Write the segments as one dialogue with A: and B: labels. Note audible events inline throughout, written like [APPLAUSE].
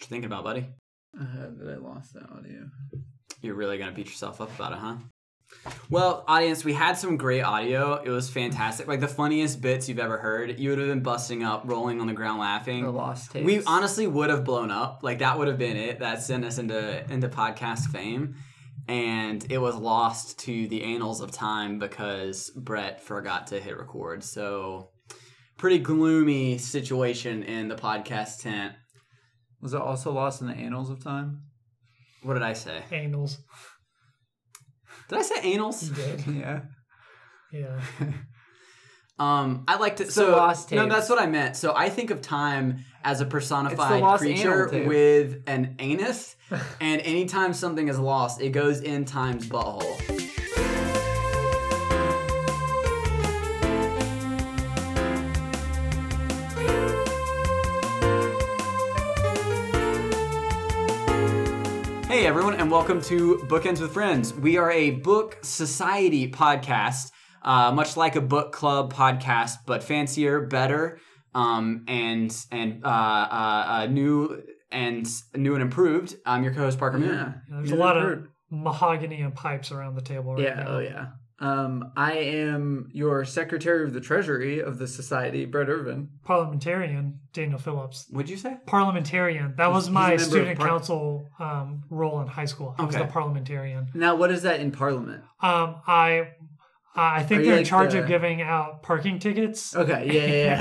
A: you thinking about, buddy?
B: Uh, that I lost the audio.
A: You're really gonna beat yourself up about it, huh? Well, audience, we had some great audio. It was fantastic. Like the funniest bits you've ever heard. You would have been busting up, rolling on the ground
B: The
A: laughing.
B: lost tapes.
A: We honestly would have blown up. Like that would have been it. That sent us into into podcast fame. And it was lost to the annals of time because Brett forgot to hit record. So pretty gloomy situation in the podcast tent.
B: was it also lost in the annals of time?
A: What did I say?
C: Angles.
A: Did I say
C: You
A: annals?
C: did.
B: Yeah. [LAUGHS]
C: Yeah.
A: Um, I like to
B: It's
A: so
B: the lost
A: no,
B: tapes.
A: that's what I meant. So I think of time as a
B: It's the
A: personified
B: lost
A: creature
B: anal tape.
A: with an
B: [LAUGHS]
A: anus, and anytime something is lost, it goes in time's butthole. Hey everyone, and welcome to Bookends with Friends. We are a book society podcast, uh, much like a book club podcast, but fancier, better, um, and and uh, uh, uh, new and new and improved. I'm your co-host Parker Moon.
B: Yeah.
C: There's
B: You
C: a lot
B: heard.
C: of mahogany and pipes around the table right
B: Yeah.
C: now.
B: Oh yeah. Um, I am your Secretary of the Treasury of the Society, Brett Irvin.
C: Parliamentarian Daniel Phillips.
A: Would you say?
C: Parliamentarian. That was
B: he's a
C: my
B: member of
C: student
B: par-
C: council um, role in high school. I was
A: Okay.
C: the parliamentarian.
B: Now, what is that in Parliament?
C: Um, I I
B: Are
C: think
B: you
C: they're in
B: like
C: charge
B: the-
C: of giving out parking tickets
B: Okay. Yeah.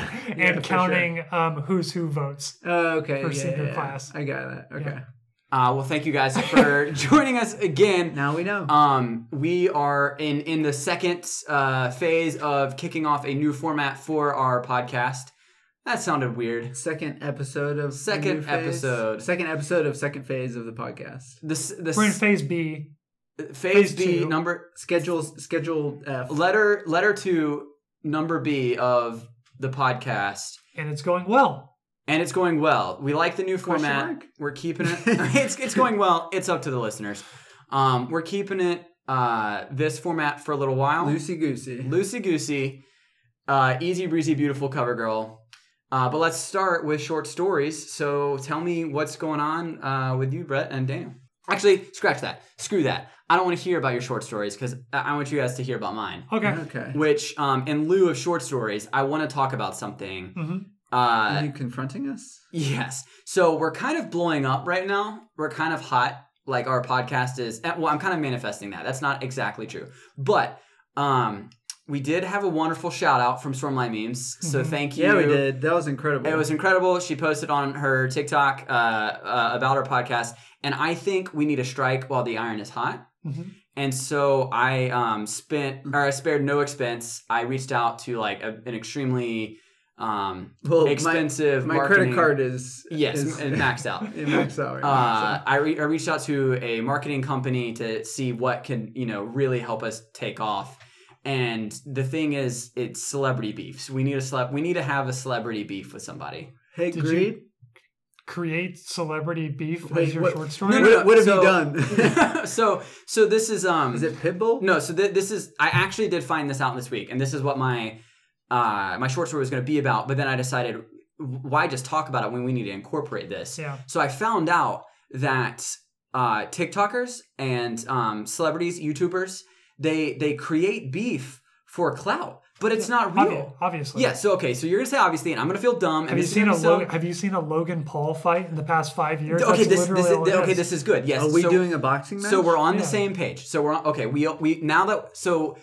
B: Yeah. [LAUGHS] yeah.
C: and
B: Yeah, for
C: counting um, who's who votes.
B: Sure. Oh, okay.
C: for
B: yeah,
C: senior
B: yeah,
C: class.
B: I got it. Okay.
C: Yeah.
A: Uh, well, thank you guys
C: [LAUGHS]
A: for joining us again.
B: Now we know.
A: Um, we are in in the second uh, phase of kicking off a new format for our podcast. That sounded weird.
B: second episode of the
A: Second
B: new phase.
A: episode.
B: Second episode of second phase of the podcast.
A: This this
C: We're in phase B.
A: phase
C: phase
A: B
C: two.
A: number
B: Schedule schedule F.
A: letter letter two number B of the podcast,
C: And it's going well.
A: and it's going well. We like the new
B: Question
A: format.
B: mark?
A: We're keeping
C: [LAUGHS]
A: it. it's it's going well. It's up to the listeners. Um, we're keeping it uh this format for a little while.
B: Loosey goosey.
A: Loosey goosey, uh, easy breezy, beautiful cover girl. Uh, but let's start with short stories. So tell me what's going on uh, with you, Brett and Daniel. Actually, scratch that. Screw that. I don't want to hear about your short stories because I I want you guys to hear about mine.
C: Okay.
B: Okay.
A: Which, um, in lieu of short stories, I want to talk about something.
C: hmm
A: Uh,
B: Are you confronting us?
A: Yes. So we're kind of blowing up right now. We're kind of hot. Like our podcast is. eh, Well, I'm kind of manifesting that. That's not exactly true, but um, we did have a wonderful shout out from Stormlight Memes. So
C: Mhm.
A: thank you.
B: Mm-hmm. Yeah, we did. That was incredible.
A: It was incredible. She posted on her TikTok uh, uh, about our podcast, and I think we need a strike while the iron is hot.
C: hmm
A: And so I um, spent or I spared no expense. I reached out to like a, an extremely um,
B: well,
A: expensive
B: Oh, My, my
A: marketing-
B: credit card is
A: Yes,
B: is,
A: and maxed out.
B: it [LAUGHS] maxed out. right now,
A: Uh, I, re- I reached out to a marketing company to see what can you know really help us take off. And the thing is, it's celebrity beefs. We need a celeb. We need to have a celebrity beef with somebody. [LAUGHS]
B: so. Hey,
C: Did
B: greed.
C: Create celebrity beef
B: Wait,
C: as your
B: what-
C: short story.
B: What,
A: No, no, no,
B: what have
A: so-
B: you done?
A: so so this is um
B: is it Pitbull?
A: no so th- this is I actually did find this out this week, and this is what my uh my short story was going to be about. But then I decided why just talk about it when we need to incorporate this.
C: Yeah.
A: So I found out that uh, TikTokers and um, celebrities, YouTubers, they they create beef for clout, but it's not
C: Obvi-
A: real.
C: Obviously.
A: Yeah. So okay. So you're gonna say obviously, and I'm gonna feel dumb.
C: Have
A: and
C: you
A: this is
C: seen a
A: gonna be so-
C: Logan, Have you seen a Logan Paul fight in the past five years?
A: Okay.
C: That's
A: This, this
C: literally
A: is,
C: all it
A: okay.
C: is.
A: This is good. Yes.
B: Are we
A: so,
B: doing a boxing match?
A: So we're on the
C: Yeah.
A: same page. So we're on, okay. We we now that so.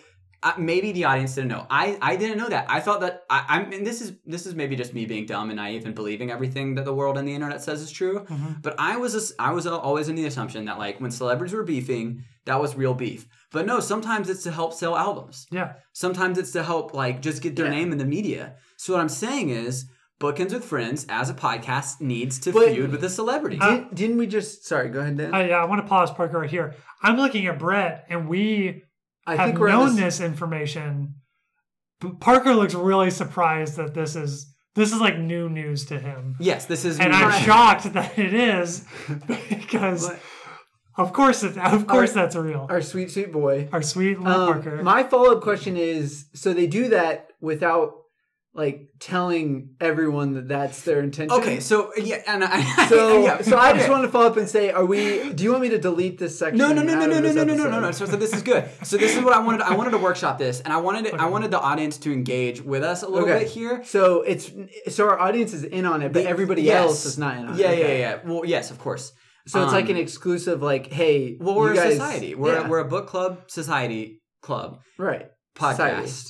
A: Uh, maybe the audience didn't know. I, I didn't know that. I thought that I, I'm, and this is this is maybe just me being dumb and naive and believing everything that the world and the internet says is true.
C: Mhm.
A: But I was as- I was always in the assumption that like when celebrities were beefing, that was real beef. But no, sometimes it's to help sell albums.
C: Yeah.
A: Sometimes it's to help like just get their
B: Yeah.
A: name in the media. So what I'm saying is, Bookends with Friends as a podcast needs to
B: But-
A: feud with a celebrity.
B: Did, didn't we just? Sorry, go ahead, Dan.
C: I, yeah, I want to pause Parker right here. I'm looking at Brett, and we
B: I
C: have
B: think we're on
C: known
B: the s-
C: this information. But Parker looks really surprised that this is this is like new news to him,
A: yes, this is
C: and I'm
A: Right.
C: shocked that it is [LAUGHS] because,
B: What?
C: of course, it, of course, that's real. Our,
B: Our sweet sweet boy.
C: sweet little
B: Um,
C: Parker.
B: my follow up question is: so they do that without like telling everyone that that's their intention.
A: Okay, so yeah, and I, [LAUGHS]
B: So,
A: yeah,
B: so I just
A: okay.
B: want to follow up and say, are we? Do you want me to delete this section?
A: No, no, no, no,
B: out
A: no, no,
B: of this
A: no, no, no, no,
B: episode?
A: no. So, so this is good. So this is what I wanted. I wanted to workshop this, and I wanted I wanted the audience to engage with us a little
B: Okay.
A: bit here.
B: So it's so our audience is in on it, but
A: The-
B: everybody
A: yes.
B: else is not in on
A: Yeah,
B: it. Okay.
A: yeah, yeah. Well, yes, of course.
B: So it's like
A: Um,
B: an exclusive, like, hey,
A: Well, we're
B: you
A: a
B: guys-
A: society. We're
B: yeah,
A: we're a book club society club
B: right.
A: podcast,
B: Society.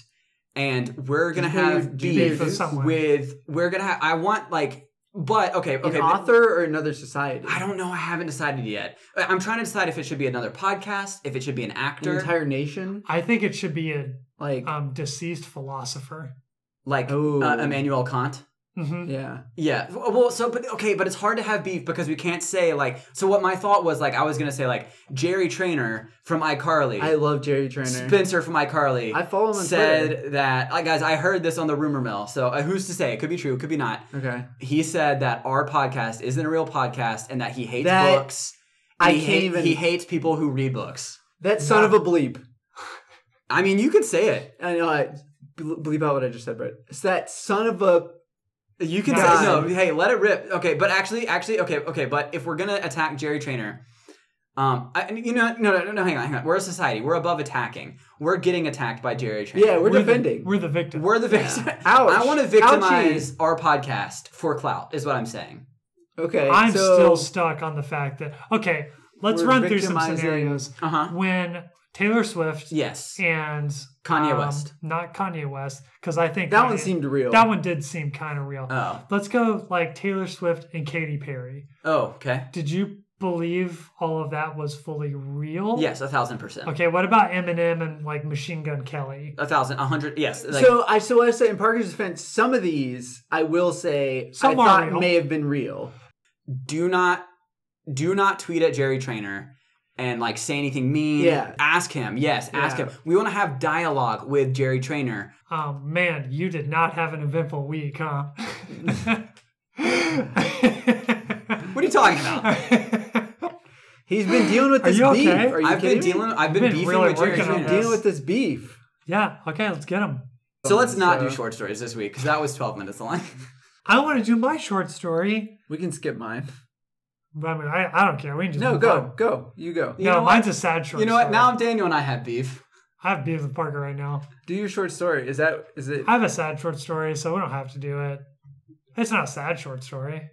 A: and we're gonna
B: Do you pay
A: have
B: your- do you pay
A: beef
B: your dues?
C: Someone.
A: with we're gonna have. I want like, but okay, okay.
B: An
A: but-
B: author or another society?
A: I don't know. I haven't decided yet. I- I'm trying to decide if it should be another podcast, if it should be an
B: An
A: actor,
B: entire nation,
C: I think it should be a
B: like,
C: um, deceased philosopher.
A: like
B: Oh.
A: uh, Emmanuel Kant.
C: hmm
B: yeah,
A: Yeah. Well, so but okay, but it's hard to have beef because we can't say like. So what my thought was like, I was gonna say like Jerry Trainer from iCarly,
B: I love Jerry Trainer.
A: Spencer from iCarly.
B: I follow him on
A: said that uh, guys. I heard this on the rumor mill. So uh, who's to say? It could be true. It could be not.
B: Twitter. Okay,
A: He said that our podcast isn't a real podcast and that he hates
B: That-
A: books.
B: I
A: he
B: can't
A: hate-
B: even-
A: He hates people who read books.
B: that son of a bleep.
A: I mean, you can say it.
B: I know. I ble- bleep out what I just said, but it's that son of a.
A: You can
C: God.
A: say no. Hey, let it rip. Okay, but actually, actually, okay, okay. But if we're gonna attack Jerry Trainer, um, I, you know, no, no, no, no, hang on, hang on. We're a society. We're above attacking. We're getting attacked by Jerry Trainer.
B: Yeah, we're, defending.
C: The, we're the victim.
A: we're the victim.
B: Ouch.
A: I want to victimize our podcast for clout. Is what I'm saying.
B: okay,
C: I'm
B: so,
C: still stuck on the fact that okay, let's
B: We're
C: run through some
B: victimizing-
C: scenarios.
A: Uh
B: Uh-huh.
A: huh.
C: When Taylor Swift
A: Yes.
C: and
A: Kanye
C: um,
A: West.
C: not Kanye West, because I think
B: That one
C: Kanye-
B: seemed real.
C: that one did seem kind of real.
A: Oh.
C: let's go like Taylor Swift and Katy Perry.
A: Oh. Okay.
C: Did you believe all of that was fully real?
A: Yes, a thousand percent.
C: Okay, what about Eminem and like Machine Gun Kelly?
A: A thousand, a hundred. Yes. Like,
B: so I so I say in Parker's defense, some of these I will say
C: Some
B: I
C: are
B: thought
C: real.
B: may have been real.
A: do not do not tweet at Jerry Trainer and like say anything mean.
B: Yeah.
A: Ask him. Yes, ask
B: Yeah.
A: him. We want to have dialogue with Jerry Trainer.
C: Oh man, you did not have an eventful week, huh? [LAUGHS]
A: What are you talking about?
B: He's been dealing with
C: [GASPS] Are
B: this
C: you
B: beef.
C: okay?
B: Are you
A: I've been
B: kidding me?
A: dealing I've been,
C: Been
A: beefing
C: really
A: with Jerry
C: working on
A: Trainer.
B: dealing with this beef.
C: yeah. Okay, let's get them.
A: So let's not do
B: So-
A: short stories this week cuz that was 12 minutes
C: [LAUGHS]
A: long.
C: I want to do my short story.
B: We can skip mine.
C: I mean, I, I don't care. We can just
B: No,
C: move
B: go,
C: on.
B: go. You go.
A: You know
C: No,
A: what?
C: mine's a sad short.
A: you know what?
C: story.
A: Now Daniel and I have beef.
C: I have beef with Parker right now.
B: Do your short story. Is that is it?
C: I have a sad short story, so we don't have to do it. It's not a sad short story.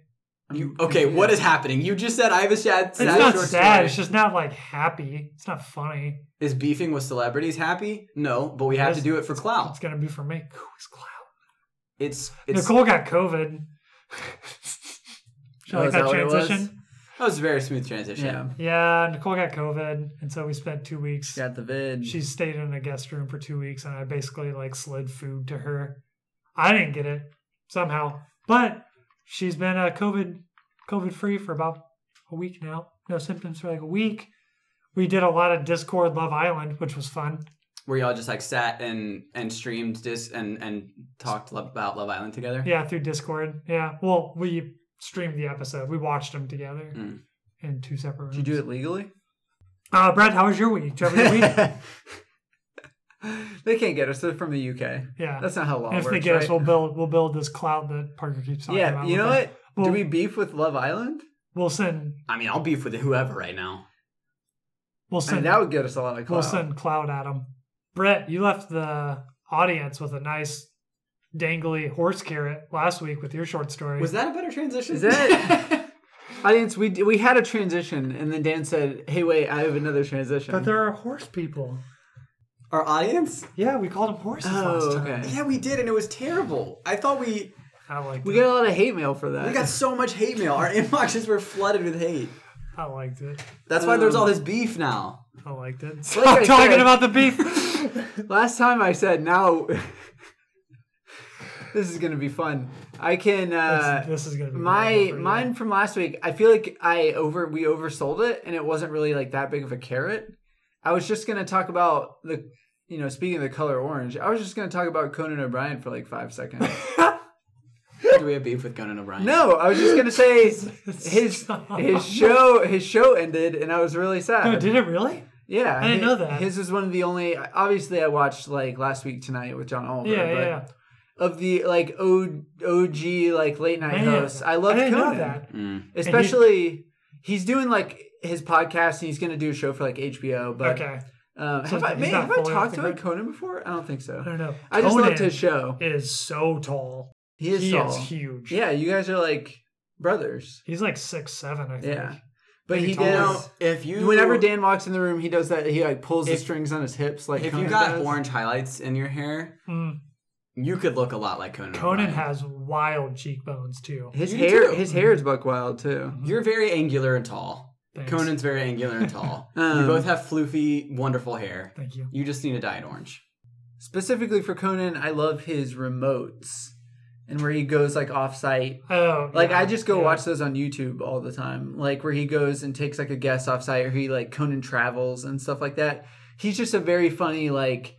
A: You, okay, what is happening? You just said I have a sad, sad
C: it's not
A: short
C: sad. It's
A: story.
C: just not like happy. It's not funny.
A: Is beefing with celebrities happy? No, but we have to
C: Yes.
A: do it for
C: It's
A: clout.
C: gonna be for me. Who is Cloud?
A: It's it's
C: Nicole got COVID. Should I
B: Oh,
C: like
B: is
C: that,
B: that what it was?
C: transition?
A: that was a very smooth transition.
B: Yeah,
C: Yeah, Nicole got COVID, and so we spent two weeks.
B: got the vid.
C: She stayed in a guest room for two weeks, and I basically like slid food to her. I didn't get it somehow, but she's been uh, COVID COVID free for about a week now. No symptoms for like a week. We did a lot of Discord Love Island, which was fun.
A: where y'all just like sat and and streamed dis and and talked lo- about Love Island together.
C: Yeah, through Discord. Yeah. Well, we streamed the episode. We watched them together
A: Mm.
C: in two separate rooms.
B: Hmm. Did you do it legally?
C: Uh, Brad, how was your week? Did you have a good
B: [LAUGHS]
C: week?
B: they can't get us. They're from the UK.
C: Yeah.
B: That's not how law
C: And if
B: works.
C: they get us,
B: right?
C: we'll build we'll build this cloud that Parker keeps talking
B: yeah.
C: about.
B: You know
C: We'll-
B: what?
C: Well-
B: Do we beef with Love Island?
C: We'll send
A: I mean, I'll beef with whoever right now.
C: we'll
B: I mean,
C: send
B: that would get us a lot of
C: we'll
B: clout.
C: send cloud at him. Brett, you left the audience with a nice dangly horse carrot last week with your short story.
A: Was that a better transition?
B: Is that
C: [LAUGHS]
B: audience? We we had a transition, and then Dan said, "Hey, wait, I have another transition."
C: but there are horse people.
A: [LAUGHS] our audience?
C: Yeah, we called them horses
B: oh,
C: last time.
B: okay.
A: Yeah, we did, and it was terrible. I thought we
C: I liked
B: We
C: it.
B: got a lot of hate mail for that.
A: we got so much hate mail. Our [LAUGHS] inboxes were flooded with hate.
C: I liked it.
A: That's why
B: Um.
A: there's all this beef now.
C: I liked it. Stop
B: Like I
C: talking
B: said-
C: about the beef.
B: Last time I said now. [LAUGHS] this is gonna be fun. I can. Uh,
C: [LAUGHS] this is gonna be horrible
B: my
C: for you.
B: mine from last week. I feel like I over we oversold it, and it wasn't really like that big of a carrot. I was just gonna talk about the, you know, speaking of the color orange, I was just gonna talk about Conan O'Brien for like five seconds.
A: Do we have beef with Conan O'Brien?
B: no, I was just gonna say
C: [LAUGHS]
B: his
C: Stop.
B: his show his show ended, and I was really sad.
C: No, Oh, did it really?
B: Yeah,
C: I didn't
B: hi-
C: know that.
B: His was one of the only. Obviously, I watched like last week tonight with John Oliver.
C: Yeah,
B: but,
C: yeah.
B: of the like o- OG like late night
C: Man,
B: hosts. I love
C: I didn't
B: Conan,
C: know that.
A: Mm.
B: especially he's doing like his podcast and he's going to do a show for like HBO. But
C: okay,
B: um,
C: So
B: have, I,
C: he's
B: man,
C: not
B: have I
C: fully off
B: talked
C: the
B: about
C: grid?
B: Conan before? I don't think
C: I
B: so.
C: don't know.
B: I just loved
C: Conan
B: his show.
C: Is so tall.
B: He is
C: he
B: tall.
C: is huge.
B: Yeah, you guys are like brothers.
C: He's like six seven, I think.
B: Yeah. But
C: Maybe
B: he
A: You
C: taller.
B: does.
A: know, if you
B: Whenever Dan walks in the room, he does that. He like pulls the
A: If-
B: strings on his hips, like
A: if you
B: Conan
A: got
B: does.
A: orange highlights in your hair,
C: Mm.
A: you could look a lot like Conan.
C: Conan
A: O'Brien.
C: has wild cheekbones too.
B: His
A: You do Mm-hmm.
B: hair,
A: too.
B: his hair is buck wild too.
A: You're very angular and tall.
C: Thanks.
A: Conan's very angular and
B: [LAUGHS]
A: tall. you
B: Um,
A: both have floofy, wonderful hair.
C: Thank you.
A: You just need to dye it orange.
B: Specifically for Conan, I love his remotes and where he goes like off site.
C: Oh,
B: Like
C: yeah,
B: I just go
C: yeah.
B: watch those on YouTube all the time. Like where he goes and takes like a guest off site or he like Conan travels and stuff like that. He's just a very funny like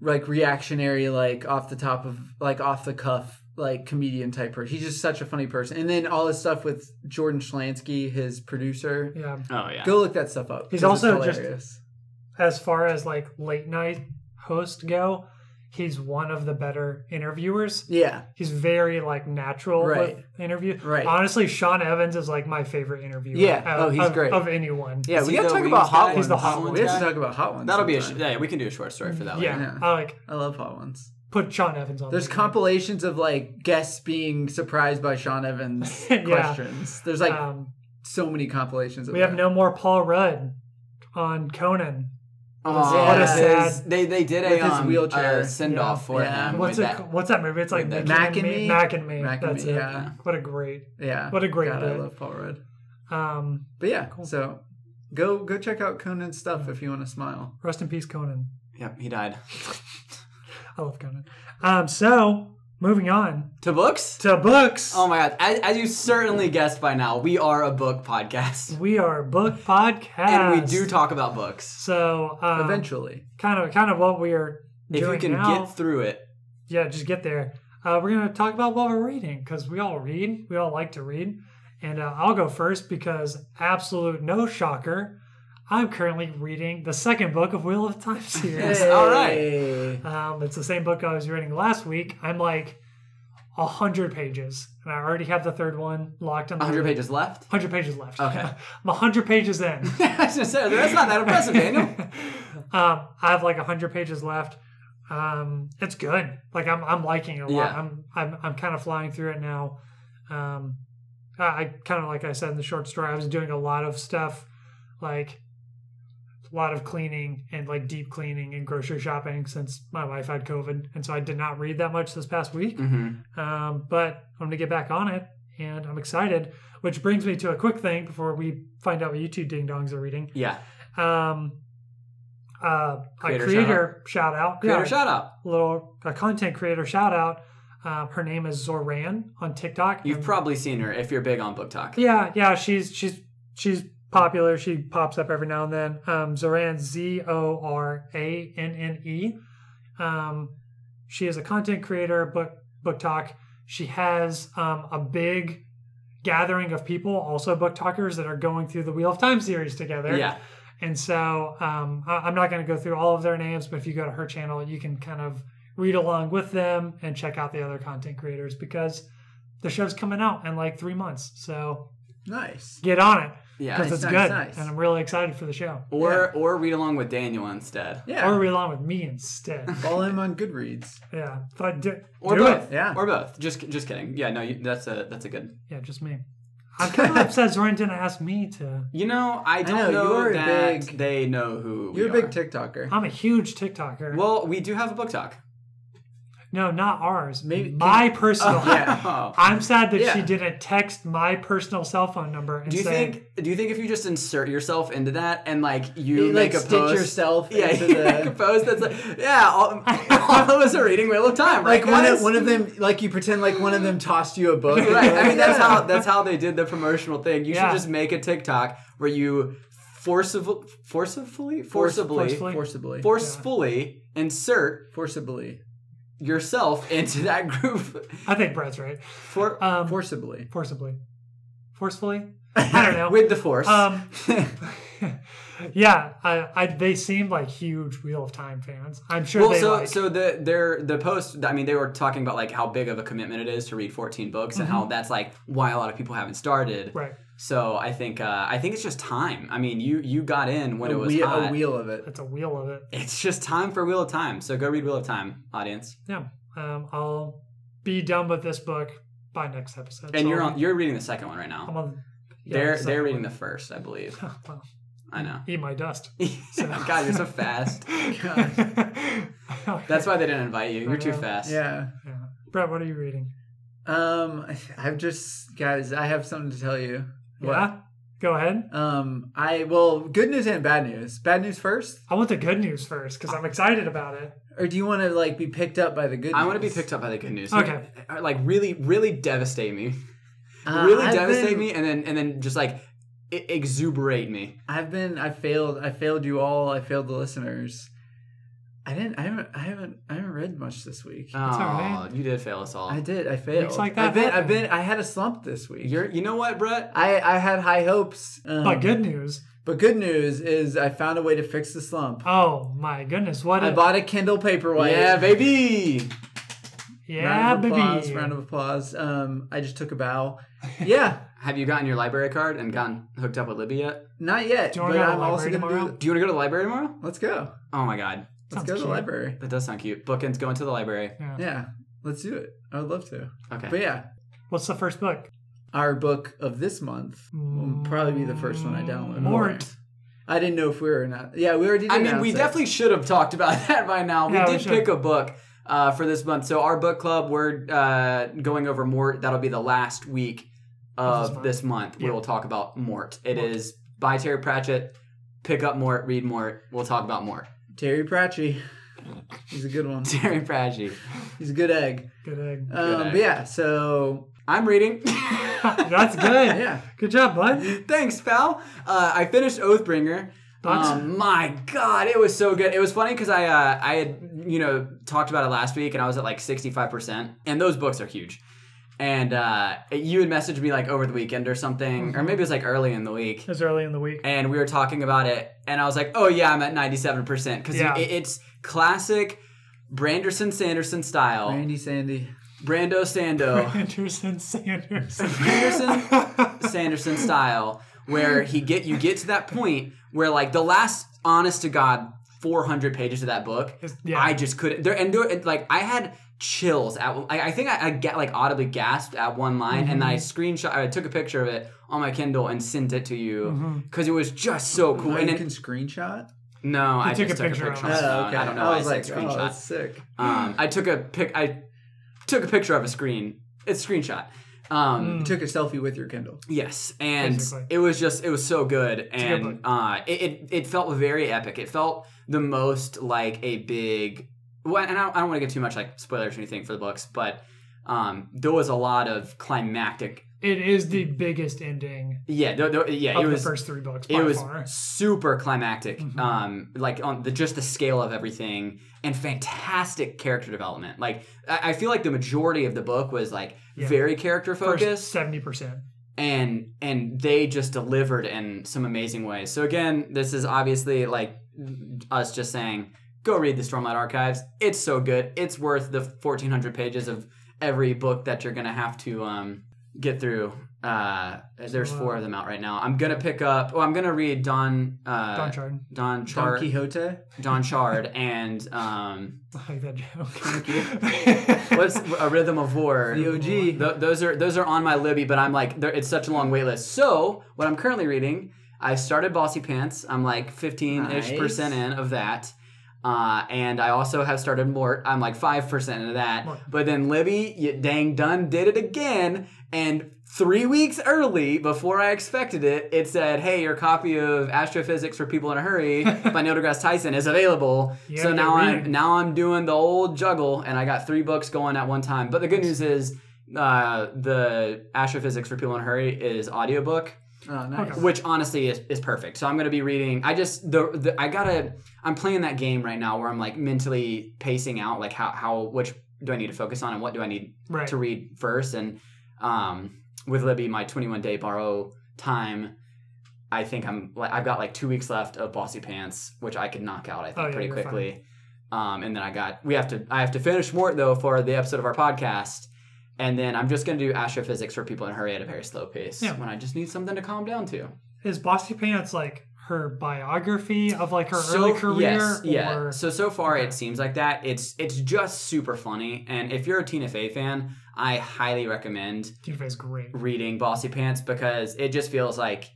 B: like reactionary like off the top of like off the cuff like comedian type person. He's just such a funny person. And then all his stuff with Jordan Schlansky, his producer.
C: Yeah.
A: Oh yeah.
B: Go look that stuff up.
C: He's
B: 'cause it's
C: also just-
B: hilarious.
C: As far as like late night host go, he's one of the better interviewers.
B: yeah,
C: He's very like natural
B: Right.
C: with interview.
B: Right.
C: Honestly, Sean Evans is like my favorite interviewer.
B: Yeah.
C: Of,
B: Oh, he's
C: of-
B: great.
C: of anyone.
B: yeah.
A: Is
B: We
A: he
B: gotta
A: the
B: talk
A: wings
B: about hot
A: guy?
B: ones.
A: He's the hot
B: We have
A: ones
B: to
A: guy?
B: talk about hot ones.
A: That'll be a sh-
B: sometime.
A: yeah. We can do a short story for that.
C: Yeah.
A: Later.
B: Yeah.
C: I like
B: I love hot ones.
C: put Sean Evans on.
B: There's
C: there.
B: compilations of like guests being surprised by Sean Evans
C: [LAUGHS] Yeah.
B: questions. There's like
C: um,
B: so many compilations. Of
C: we have
B: that.
C: no more Paul Rudd on Conan.
A: Aw,
B: What a
A: his-
C: sad-
A: They they did a
B: With his
A: um,
B: wheelchair.
A: send off
C: Yeah.
A: for
B: Yeah.
A: him.
C: What's
A: with
C: it?
A: that.
C: What's that movie? It's like
A: with that-
C: Mickey
B: Mac and
C: Me.
B: Me?
C: Mac and Me.
B: Mac and
C: That's
B: Me,
C: it.
B: yeah.
C: What a great.
B: Yeah.
C: What a great
B: God, I
C: bit.
B: love Paul Rudd.
C: Um,
B: But yeah,
C: Cool.
B: so go go check out Conan's stuff if you want to smile.
C: rest in peace, Conan.
A: Yep, he died.
C: I love Conan. Um, so moving on
A: To books.
C: to books.
A: Oh my god! As, as you certainly guessed by now, we are a book podcast,
C: we are a book podcast,
A: and we do talk about books.
C: So um,
B: Eventually,
C: kind of, kind of what we are
A: If
C: doing
A: you can
C: now.
A: get through it,
C: yeah, just get there. Uh, we're gonna talk about what we're reading because we all read. We all like to read, and uh, I'll go first because absolute no shocker, I'm currently reading the second book of Wheel of Time series.
A: Yes, all right.
B: Hey.
C: Um, it's the same book I was reading last week. I'm like a hundred pages, and I already have the third one locked on. the
A: 100 pages left.
C: Hundred pages left.
A: Okay.
B: [LAUGHS]
A: [LAUGHS]
C: I'm hundred pages in.
A: I was gonna say, that's not that impressive,
B: [LAUGHS]
A: Daniel.
C: [LAUGHS] um, I have like hundred pages left. Um, it's good. Like I'm, I'm liking it a lot.
A: Yeah.
C: I'm, I'm, I'm kind of flying through it now. Um, I, I kind of like I said in the short story, I was doing a lot of stuff, like a lot of cleaning and like deep cleaning and grocery shopping since my wife had COVID, and so I did not read that much this past week.
A: Mm-hmm.
C: Um, but I'm gonna get back on it, and I'm excited. Which brings me to a quick thing before we find out what you two ding dongs are reading
A: Yeah.
C: um uh,
A: Creator
C: a creator shout out,
A: Creator
C: yeah,
A: shout out.
C: little a content creator shout out um, her name is zoran on tiktok
A: You've
C: And-
A: probably seen her if you're big on book talk.
C: yeah yeah she's she's she's popular she pops up every now and then um zoran z-o-r-a-n-n-e E. um she is a content creator book book talk she has um a big gathering of people also book talkers that are going through the wheel of time series together
A: Yeah.
C: and so um, I- I'm not going to go through all of their names, but if you go to her channel, you can kind of read along with them and check out the other content creators because the show's coming out in like three months. So
B: nice.
C: get on it
A: Yeah.
C: because
B: Nice,
C: it's
B: nice,
C: good.
B: nice.
C: And I'm really excited for the show.
A: Or or read along with Daniel instead.
B: Yeah,
C: Or read along with me instead.
B: follow him on Goodreads.
C: yeah. But do,
A: Or
C: do
A: both.
C: it.
B: Yeah.
A: Or both. Just just kidding. Yeah, no, you, that's a that's a good.
C: Yeah, just me. I'm kind of upset Zoran didn't ask me to.
A: You know, I don't
B: know,
A: know,
B: you're a
A: that
B: big-
A: they know who
B: You're a
A: we
B: big
A: are.
B: TikToker.
C: I'm a huge TikToker.
A: Well, we do have a book talk.
C: no, not ours.
B: Maybe-
C: my personal.
A: Oh,
B: Yeah.
C: [LAUGHS]
A: [LAUGHS]
C: I'm sad that
B: Yeah.
C: she didn't text my personal cell phone number and
A: Do you
C: say,
A: think? Do you think if you just insert yourself into that and like you,
B: You like
A: make a
B: stitch
A: post,
B: yourself
A: yeah,
B: into
A: [LAUGHS] you make a
B: the
A: post that's like, yeah, all,
B: [LAUGHS]
A: all of us are reading Wheel of Time, right?
B: like one
A: guys?
B: of, one of them like you pretend like one of them tossed you a
C: [LAUGHS]
B: book. and you're
A: [LAUGHS] right. I
B: like,
A: mean, that's
B: "Yeah."
A: how that's how they did the promotional thing. You
C: Yeah.
A: should just make a TikTok where you forcibly, forcibly, forcibly,
C: forcefully.
B: [LAUGHS] forcibly
A: forcefully insert
B: forcibly
A: yourself into that group. [LAUGHS]
C: I think Brett's right.
A: For,
C: Um,
B: forcibly
A: [LAUGHS]
C: forcibly, forcefully. I don't know.
A: with the force.
C: um, yeah, I, I, they seemed like huge Wheel of Time fans. I'm sure
A: well,
C: they
A: so
C: like.
A: so the their the post. I mean, they were talking about like how big of a commitment it is to read 14 books and
C: Mm-hmm.
A: how that's like why a lot of people haven't started.
C: right,
A: So I think uh, I think it's just time. I mean, you you got in when
B: a,
A: it was
B: wheel,
A: hot.
B: a wheel of it.
C: that's a wheel of it.
A: It's just time for Wheel of Time. So go read Wheel of Time, audience.
C: Yeah, um, I'll be done with this book by next episode.
A: And
C: So
A: you're
C: I'll
A: on
C: be-
A: you're reading the second one right now.
C: I'm on. yeah,
A: they're
C: so-
A: they're reading the first, I believe.
C: [LAUGHS] well,
A: I
C: [LAUGHS]
A: know.
C: eat
A: [LAUGHS]
C: my dust.
A: God, you're so fast. That's why they didn't invite you. You're too
C: Okay.
A: fast.
B: Yeah.
C: [LAUGHS] Yeah. Brett, what are you reading?
B: Um, I've just guys, I have something to tell you.
C: Yeah, go ahead.
B: Um, I well, good news and bad news. Bad news first,
C: I want the good news first because I'm excited about it.
B: or do you want to like be picked up by the good?
A: I want to be picked up by the good news.
C: Okay.
A: Like really, really devastate me.
B: Uh,
A: really
B: I've
A: devastate
B: been-
A: me, and then and then just like e- exuberate me.
B: I've been. I failed. I failed you all. I failed the listeners. I didn't. I haven't. I haven't. I haven't read much this week.
A: Oh,
C: alright.
A: you did fail us all.
B: I did. I failed.
C: Weeks like that
B: I've been. I've
C: happen.
B: been. I had a slump this week.
A: You're. You know what, Brett?
B: I. I had high hopes. Um,
C: But good news.
B: But good news is I found a way to fix the slump.
C: Oh my goodness! What?
B: I
C: A,
B: bought a Kindle Paperwhite.
A: Yeah, baby.
C: yeah,
B: round of
C: baby.
B: applause, Round of applause. Um, I just took a bow.
A: [LAUGHS]
B: Yeah,
A: Have you gotten your library card and gotten hooked up with Libby yet?
B: not yet.
C: Do you
B: but
C: wanna go to
B: I'm
C: the
B: also
C: library
B: gonna
C: tomorrow?
B: do.
A: Do you want to go to the library tomorrow?
B: Let's go.
A: Oh my god,
B: Let's
C: Sounds
B: go to the
C: cute.
B: library.
A: that does sound cute. Bookends going to the library.
C: Yeah.
B: Yeah, let's do it. I would love to.
A: Okay.
B: But yeah,
C: What's the first book?
B: our book of this month will probably be the first one I download.
C: Mort.
B: I didn't know if we were or not. Yeah, we already. Did
A: I mean, we
B: announce it.
A: definitely should have talked about [LAUGHS] that by now. We
C: Yeah, we
A: did
C: should.
A: pick a book uh, for this month. So our book club, we're uh, going over Mort. That'll be the last week
C: Of this
A: of
C: month.
A: this month. We
C: Yeah.
A: will talk about Mort. It is
C: Mort.
A: by Terry Pratchett. Pick up Mort, read Mort. We'll talk about Mort. [LAUGHS]
B: Terry Pratchett. He's a good one.
A: Terry Pratchett.
B: He's a good egg.
C: Good egg.
B: Um,
A: egg.
B: But yeah, so
A: I'm
C: [LAUGHS]
A: reading. [LAUGHS] Uh,
C: That's good.
B: yeah,
C: Good job, bud.
A: Thanks, pal. Uh, I finished Oathbringer.
C: Thoughts?
A: Um, my God, it was so good. It was funny because I uh, I had you know talked about it last week, and I was at like sixty five percent, and those books are huge. And uh, you had messaged me like over the weekend or something,
C: Mm-hmm.
A: or maybe it was like early in the week,
C: It was early in the week.
A: and we were talking about it, and I was like, oh yeah, I'm at ninety seven percent because
C: Yeah.
A: it's classic Branderson Sanderson style,
B: Randy Sandy.
A: Brando Sando.
C: Anderson Sanders. [LAUGHS]
A: Peterson Sanderson style, where he get you get to that point where like the last honest to god 400 pages of that book,
C: Is- yeah.
A: I just couldn't. There and there, and, like I had chills at. I, I think I, I get like audibly gasped at one line, and then I
C: Mm-hmm.
A: screenshot. I took a picture of it on my Kindle and sent it to
C: Mm-hmm.
A: you because it was just so cool.
B: Now
A: And
B: Oh, you
A: it,
B: can screenshot. Oh,
A: no, I
C: took
A: just
C: a
A: took
C: picture
A: a
C: of
A: picture.
C: it.
A: on my phone.
B: okay.
A: I don't know. why I,
B: was
A: said
B: like,
A: screenshot.
B: oh, that's sick.
A: um, I took a pic. I took a picture of a screen. It's screenshot. Um,
C: Hmm.
B: You took a selfie with your Kindle.
A: Yes, and
C: Basically.
A: it was just it was so good,
C: a
A: and
C: good book.
A: uh, it, it it felt very epic. It felt the most like a big. Well, and I don't, I don't want to get too much like spoilers or anything for the books, but um, there was a lot of climactic.
C: It is the biggest ending
A: Yeah, there, there- yeah,
C: of
A: it
C: the
A: was
C: first three books by
A: it was
C: far.
A: super climactic.
C: Mhm.
A: Um, like on the just the scale of everything, and fantastic character development. Like I, I feel like the majority of the book was like
C: Yeah.
A: very character focused.
C: Seventy percent.
A: and and they just delivered in some amazing ways. So again, this is obviously like us just saying, go read the Stormlight Archives. It's so good. It's worth the fourteen hundred pages of every book that you're gonna have to um, get through. Uh, there's four of them out right now. I'm gonna pick up. Well, I'm gonna read Don uh,
C: Don
A: Don,
C: Chard.
B: Don
A: Chard
B: Quixote.
A: Don Chard and um,
C: I like
A: [LAUGHS]
C: that joke.
A: what's a Rhythm of War.
B: The OG.
A: Th- those are those are on my Libby, but I'm like, they're- it's such a long wait list. So what I'm currently reading, I started Bossy Pants. I'm like 15 ish
B: Nice.
A: percent in of that. Uh, and I also have started Mort. I'm like five percent into that.
C: Mort.
A: But then Libby, you dang done, did it again. And three weeks early, before I expected it, it said, "Hey, your copy of Astrophysics for People in a Hurry by Neil deGrasse Tyson is available."
C: You
A: so
C: gotta
A: now
C: get
A: I'm
C: reading.
A: now I'm doing the old juggle, and I got three books going at one time. But the good news is, uh, the Astrophysics for People in a Hurry is audiobook,
B: Oh, nice.
C: Okay.
A: which honestly is, is perfect. So I'm gonna be reading. I just the, the I gotta I'm playing that game right now where I'm like mentally pacing out like how how which do I need to focus on and what do I need
C: right.
A: to read first and um with Libby my 21 day borrow time I think I'm like I've got like two weeks left of Bossy Pants, which I could knock out I think
C: Oh, yeah,
A: pretty
C: you're fine.
A: quickly. Um, and then I got we have to I have to finish Mort though for the episode of our podcast, and then I'm just gonna do astrophysics for people in a hurry at a very slow pace
C: Yeah.
A: when I just need something to calm down to.
C: Is Bossy Pants like her biography of like her
A: so,
C: early career?
A: Yes, yeah.
C: Or
A: So so far
C: Okay.
A: it seems like that. It's it's just super funny, and if you're a Tina Fey fan, I highly recommend
C: Tina Fey's great.
A: reading Bossy Pants because it just feels like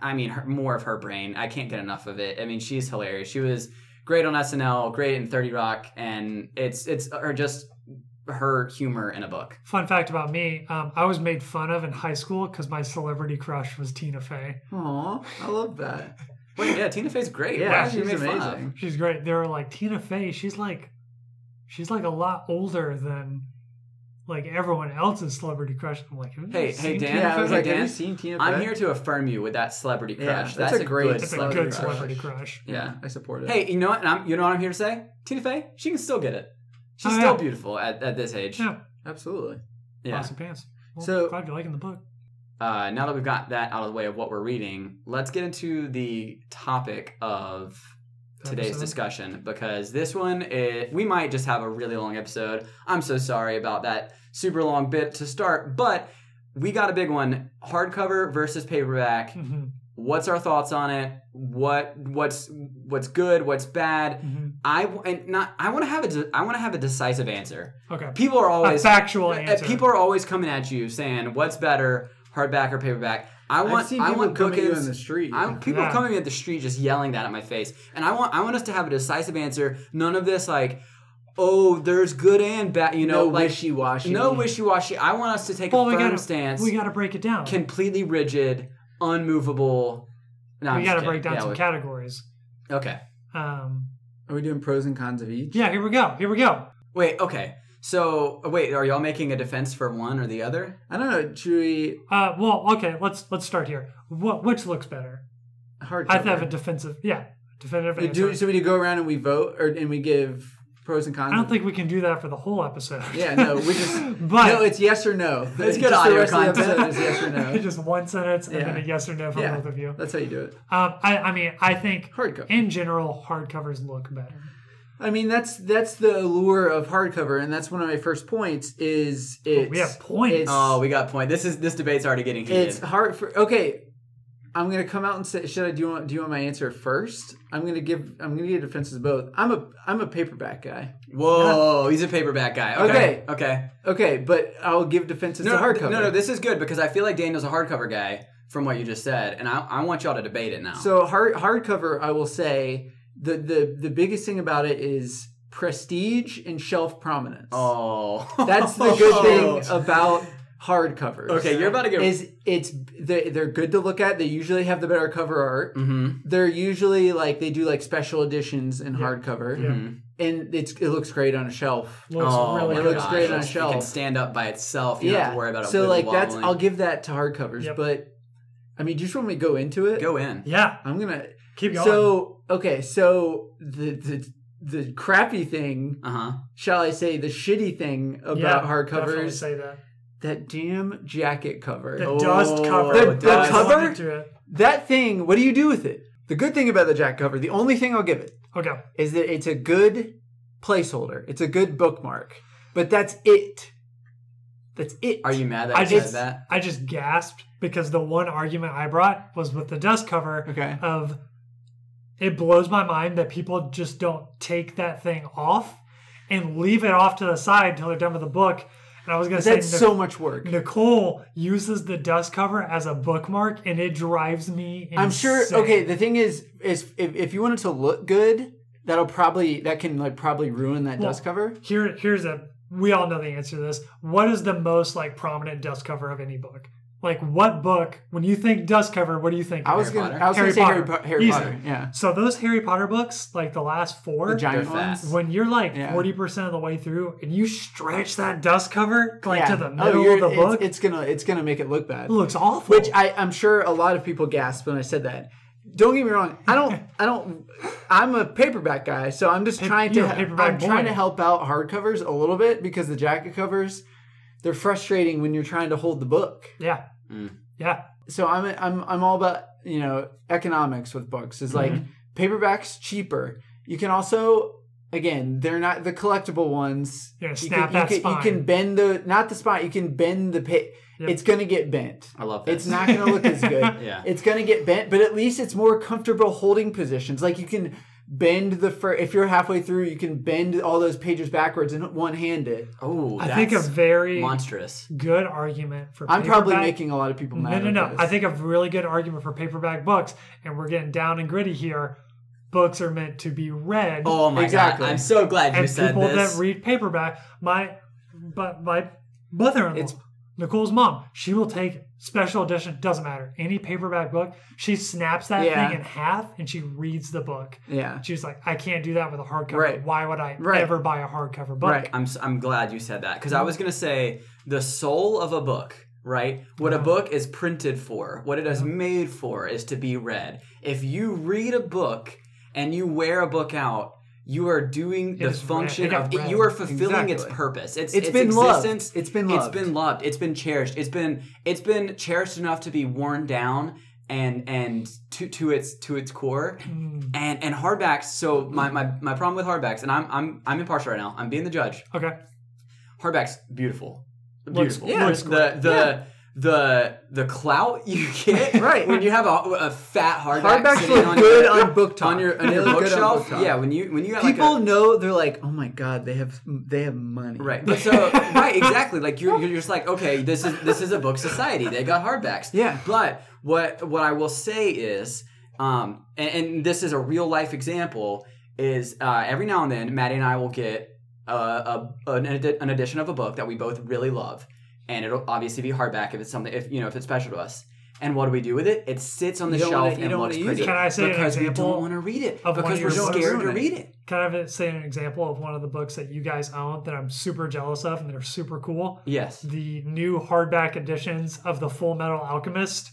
A: I mean her, more of her brain. I can't get enough of it. I mean she's hilarious. She was great on SNL, great in Thirty Rock, and it's it's her just her humor in a book.
C: Fun fact about me: um, I was made fun of in high school because my celebrity crush was Tina Fey.
B: Aw, I love that.
A: Wait, yeah, Tina Fey's great.
B: Yeah,
A: Why is she
B: she's
A: made fun of?
B: amazing.
C: She's great. They were like Tina Fey. She's like, she's like a lot older than like everyone else's celebrity crush. I'm like, have you
A: Hey, hey,
C: seen
A: Dan,
C: Tina
B: yeah, I
C: Fey?
B: was
A: Hey,
B: like, have
A: Dan,
B: you seen Tina
A: I'm
B: Fey?
A: here to affirm you with that celebrity crush.
B: Yeah,
A: that's,
B: that's
A: a
B: a great-
A: good
B: that's
C: It's a
A: celebrity
C: good
A: crush.
C: celebrity crush.
A: Yeah.
B: I support it.
A: Hey, you know what? And I'm, you know what I'm here to say? Tina Fey, she can still get it. She's
C: Oh,
A: still
C: yeah.
A: beautiful at, at this age.
C: Yeah,
B: absolutely.
A: Yeah.
C: awesome pants. Well,
B: So-
C: glad you're liking the book.
A: Uh, now that we've got that out of the way of what we're reading, let's get into the topic of today's
C: Episode.
A: discussion because this one i we might just have a really long episode. I'm so sorry about that super long bit to start, but we got a big one: hardcover versus paperback.
C: Mhm,
A: What's our thoughts on it? What what's what's good? What's bad?
C: mhm.
A: I w- and not I want to have a de- I want to have a decisive answer.
C: Okay,
A: People are
C: a
A: always
C: factual
A: uh,
C: answer.
A: People are always coming at you saying, "What's better, hardback or paperback?" I want.
B: I've seen
A: I
B: people
A: want
B: come at you in the
A: bookends.
B: street.
A: I, people
C: Yeah.
A: coming at the street just yelling that at my face, and I want. I want us to have a decisive answer. None of this like, oh, there's good and bad. You know,
B: no
A: like
B: wishy washy.
A: no wishy washy. I want us to take
C: Well,
A: a
C: we
A: firm
C: gotta-
A: stance,
C: we got to break it down.
A: completely rigid, unmovable. No,
C: we got to break down some
A: some.
C: categories.
A: okay.
C: Um,
B: Are we doing pros and cons of each?
C: yeah, here we go. Here we go.
A: Wait. Okay. So uh, wait, are y'all making a defense for one or the other?
B: I don't know. Chewy
C: Uh, well, okay, let's let's start here. What which looks better?
B: hardcover.
C: I have a defensive, yeah, definitive
B: We
C: answer.
B: do so we do go around and we vote or and we give pros and cons.
C: I don't
B: of-
C: think we can do that for the whole episode.
B: Um, [LAUGHS] Yeah, no, we just
C: [LAUGHS] but
B: no. It's yes or no.
A: Let's
B: Just
A: get
B: the
A: audio
B: rest of the
A: content.
B: episode is yes or no.
C: [LAUGHS] just one sentence and then
B: Yeah.
C: a yes or no from
B: Yeah.
C: both of you. Um,
B: That's how you do it.
C: I, I mean, I think
B: Hardcover.
C: in general, hardcovers look better.
B: I mean, that's that's the allure of hardcover, and that's one of my first points. Is it's
C: we have points.
B: It's,
A: Oh, we got point. This is this debate's already getting heated.
B: it's hard for okay. I'm gonna come out and say, should I do you want do you want my answer first? I'm gonna give I'm gonna give defenses both. I'm a I'm a paperback guy.
A: Whoa, he's a paperback guy. Okay. Okay.
B: Okay, but I'll give defenses
A: No,
B: to
A: no,
B: hardcover.
A: no, no, this is good because I feel like Daniel's a hardcover guy from what you just said, and I, I want y'all to debate it now.
B: So hard hardcover, I will say the the the biggest thing about it is prestige and shelf prominence.
A: oh.
B: That's the
A: [LAUGHS]
B: good thing about hardcovers.
A: Okay, you're about to get.
B: Is it's they, they're good to look at. They usually have the better cover art.
A: hmm
B: They're usually like they do like special editions in
C: Yeah.
B: hardcover,
C: Yeah.
A: Mm-hmm.
B: and it's it looks great on a shelf.
C: Looks
A: oh,
C: really
A: my
B: It looks
A: gosh.
B: great on a
A: It's- It can
B: shelf.
A: stand up by itself. You
B: yeah,
A: don't have to worry about it.
B: so like
A: wibbly
B: that's
A: wobbling.
B: I'll give that to hardcovers,
C: Yep.
B: but I mean, just when we go into it,
A: go in.
C: Yeah,
B: I'm gonna
C: keep going.
B: So okay, so the the the crappy thing,
A: Uh huh.
B: shall I say, the shitty thing about
C: yeah, definitely
B: hardcovers,
C: say that.
B: that damn jacket cover.
C: The
A: Oh,
C: dust cover.
B: the-
C: with
B: the
C: dust
B: cover?
C: blended to it.
B: That thing, what do you do with it? The good thing about the jacket cover, the only thing I'll give it,
C: Okay.
B: is that it's a good placeholder. It's a good bookmark. But that's it. That's it.
A: Are you mad that
C: I
A: I,
C: just-
A: said that?
C: I just gasped because the one argument I brought was with the dust cover
B: okay?
C: of it blows my mind that people just don't take that thing off and leave it off to the side until they're done with the book. And I was gonna say
B: That's
C: Nic-
B: so much work.
C: Nicole uses the dust cover as a bookmark and it drives me insane.
B: I'm sure. Okay, the thing is, is if, if you want it to look good, that'll probably that can like probably ruin that
C: Well,
B: dust cover.
C: Here here's a we all know the answer to this. What is the most like prominent dust cover of any book? Like what book? When you think dust cover, what do you think?
B: I
C: of?
B: was
A: Harry
B: gonna,
A: Potter.
B: I was
C: Harry
B: gonna say Harry,
C: Potter.
B: Po- Harry
C: Easy.
B: Potter. Yeah,
C: So those Harry Potter books, like the last four,
B: the giant
A: They're fast.
B: ones.
C: when you're like
B: Yeah.
C: 40% of the way through and you stretch that dust cover like
B: Yeah.
C: to the
B: Oh,
C: middle
B: you're-
C: of the
B: it's-
C: book,
B: It's, gonna it's gonna make it look bad.
C: it looks awful.
B: Which I, I'm sure a lot of people gasped when I said that. Don't get me wrong. I don't. I don't. I'm a paperback guy, so I'm just trying
C: you're
B: to.
C: a paperback
B: I'm trying
C: boy.
B: to help out hardcovers a little bit because the jacket covers, they're frustrating when you're trying to hold the book.
C: yeah.
A: Mm.
C: Yeah.
B: so I'm I'm I'm all about you know economics with books. Is like
C: Mm-hmm.
B: paperbacks cheaper. You can also again they're not the collectible ones.
C: Yeah,
B: You
C: snap
B: can,
C: that
B: you can,
C: spine.
B: you can bend the not the spine. You can bend the pit.
C: Yep.
B: It's gonna get bent.
A: I love that.
B: It's not gonna look as good.
A: [LAUGHS] Yeah.
B: It's gonna get bent, but at least it's more comfortable holding positions. Like you can bend the fir- if you're halfway through, you can bend all those pages backwards and one hand it.
A: Oh,
C: I
A: that's
C: think a very
A: monstrous.
C: good argument for
B: I'm probably
C: paperback-
B: making a lot of people
C: No,
B: mad.
C: no,
B: at
C: no.
B: this.
C: I think a really good argument for paperback books, and we're getting down and gritty here. Books are meant to be read,
A: Oh my
B: Exactly.
A: god! I'm so glad you
C: and
A: said
C: people
A: this.
C: that read paperback, my, but my mother-in-law,
B: It's-
C: Nicole's mom, she will take special edition. Doesn't matter any paperback book. She snaps that
B: Yeah.
C: thing in half and she reads the book.
B: yeah.
C: She was like, I can't do that with a hardcover.
B: Right.
C: Why would I
B: Right.
C: ever buy a hardcover book?
B: Right.
A: I'm s- I'm glad you said that because I was gonna say the soul of a book, right? What a
C: Uh-huh.
A: book is printed for, what it is made for, is to be read. If you read a book and you wear a book out, you are doing the
C: is read.
A: function
C: It got
A: of it,
C: read.
A: you are fulfilling its
B: Exactly.
A: purpose. It's
B: It's
A: its
B: been loved.
A: existence.
B: It's been loved.
A: It's been loved. It's been cherished. It's been it's been cherished enough to be worn down and and to to its to its core
C: Mm,
A: and and hardbacks so my, my my problem with hardbacks and i'm i'm i'm impartial right now i'm being the judge
C: okay.
A: hardbacks beautiful
C: Looks-
A: beautiful
C: yeah. looks
A: the the the the clout [LAUGHS] you get
B: [LAUGHS] Right.
A: when you have a, a fat hardback
B: Hardbacks
A: sitting
B: look
A: on
B: good
A: your,
B: on book talk.
A: on your,
B: They
A: on your
B: look [LAUGHS] good on
A: bookshelf
B: book talk.
A: yeah when you when you have like a-
B: people know they're like, oh my god, they have they have money.
A: Right, but
B: [LAUGHS]
A: so right, exactly. Like you're, you're just like, okay, this is this is a book society. They got hardbacks.
B: Yeah.
A: But what what I will say is, um, and, and this is a real life example, is uh, every now and then Maddie and I will get uh, a an, edi- an edition of a book that we both really love, and it'll obviously be hardback if it's something if you know if it's special to us. And what do we do with it? It sits on the
B: You don't
A: shelf
B: wanna- you
A: and
B: don't
A: looks
B: wanna use
A: pretty
B: it.
C: Can I say an
A: because we
C: example
A: don't want to read it
C: of one
A: because
C: of
A: we're
C: your books?
A: scared to
B: Ruin it.
A: read it.
C: Kind of say an example of one of the books that you guys own that I'm super jealous of and that are super cool.
A: Yes.
C: The new hardback editions of the Full Metal Alchemist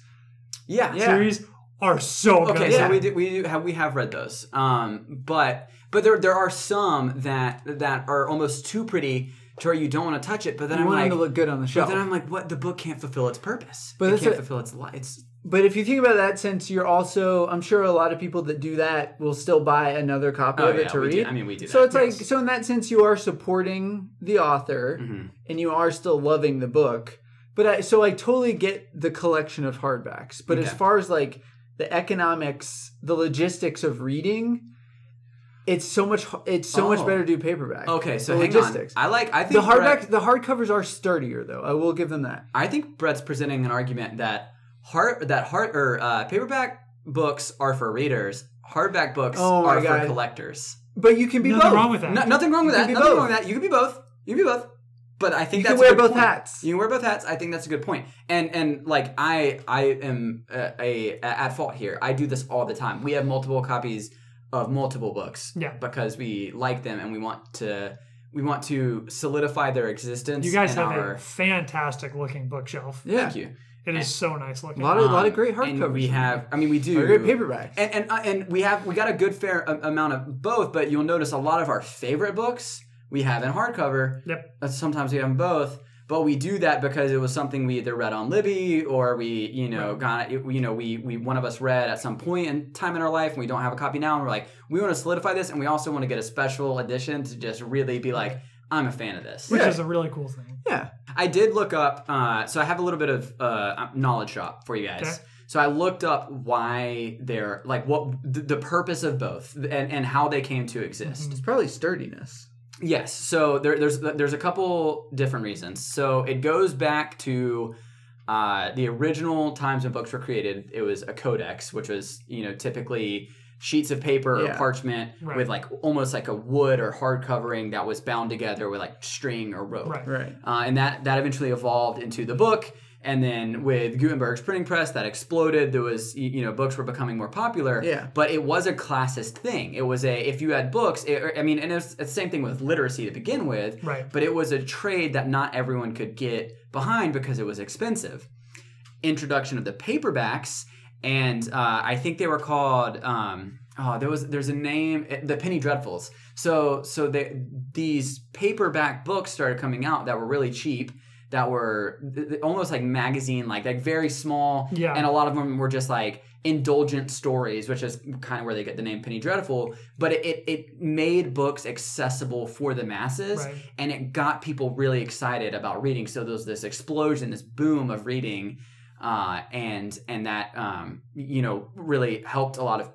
A: Yeah.
B: Yeah.
C: series are so good.
A: Okay,
B: Yeah.
A: so we do, we do have we have read those, um, but but there there are some that that are almost too pretty to where you don't want to touch it. But then
B: You
A: I'm
B: want
A: like,
B: them to look good on the
A: but
B: shelf.
A: then I'm like, what? The book can't fulfill its purpose.
B: But
A: But it
B: that's
A: can't
B: a-
A: fulfill its li- its
B: But if you think about that, since you're also, I'm sure a lot of people that do that will still buy another copy
A: Oh,
B: of it
A: yeah,
B: to
A: we
B: read.
A: do- I mean, we do
B: So
A: that,
B: it's like, so in that sense, you are supporting the author,
A: Mm-hmm.
B: and you are still loving the book. But I, so I totally get the collection of hardbacks. But as
A: Okay.
B: far as like the economics, the logistics of reading, it's so much. h- It's so much
A: Oh.
B: better to do paperback.
A: okay. So
B: The
A: hang
B: logistics.
A: on. I like I think
B: the
A: Brett-
B: hardback, the hardcovers are sturdier though. I will give them that.
A: I think Brett's presenting an argument that hard that hard or uh, paperback books are for readers. Hardback books
B: Oh my
A: are
B: God.
A: for collectors.
B: But you can be
C: Nothing
B: both.
C: wrong with that.
A: No, nothing wrong with
B: You
A: that.
B: can be
A: Nothing
B: both.
A: wrong with that. You can be both. You can be both. But I think
B: You
A: that's
B: can
A: a
B: wear
A: good
B: both
A: point.
B: hats.
A: You can wear both hats. I think that's a good point. And and like I I am uh, a, a at fault here. I do this all the time. We have multiple copies of multiple books.
C: Yeah.
A: Because we like them and we want to we want to solidify their existence.
C: You guys
A: and
C: have
A: our,
C: a fantastic looking bookshelf.
B: yeah.
A: thank you.
C: It is so nice looking.
B: A lot of, lot of
A: Um,
B: great hardcovers.
A: And we
B: in
A: have. I mean, we do
B: there. Or great paperbacks.
A: and and, uh, and we have we got a good fair a- amount of both but you'll notice a lot of our favorite books we have in hardcover
C: Yep.
A: Uh, sometimes we have them both but we do that because it was something we either read on libby or we you know got it- you know we we one of us read at some point in time in our life and we don't have a copy now and we're like we want to solidify this and we also want to get a special edition to just really be like i'm a fan of this
C: which
B: Yeah.
C: is a really cool thing.
B: yeah.
A: I did look up, uh, so I have a little bit of uh, knowledge shop for you guys.
C: Okay.
A: So I looked up why they're like what the, the purpose of both and, and how they came to exist.
B: It's probably sturdiness.
A: Yes, so there, there's there's a couple different reasons. So it goes back to uh, the original times when books were created. It was a codex, which was you know typically sheets of paper or
B: Yeah.
A: parchment
C: Right.
A: with like almost like a wood or hard covering that was bound together with like string or rope
C: Right.
B: Right.
A: uh, and that that eventually evolved into the book. And then with Gutenberg's printing press, that exploded. There was y- you know books were becoming more popular.
B: Yeah.
A: But it was a classist thing. It was a if you had books, it, or- I mean, and it's the same thing with literacy to begin with.
C: Right.
A: But it was a trade that not everyone could get behind because it was expensive. Introduction of the paperbacks, and uh, I think they were called. Um, oh, there was there's a name, eh, the Penny Dreadfuls. So so they, these paperback books started coming out that were really cheap that were th- th- almost like magazine like like very small
C: Yeah.
A: and a lot of them were just like indulgent stories which is kind of where they get the name penny dreadful but it, it, it made books accessible for the masses
C: right.
A: and it got people really excited about reading. So there's this explosion, this boom of reading, uh, and and that um, you know really helped a lot of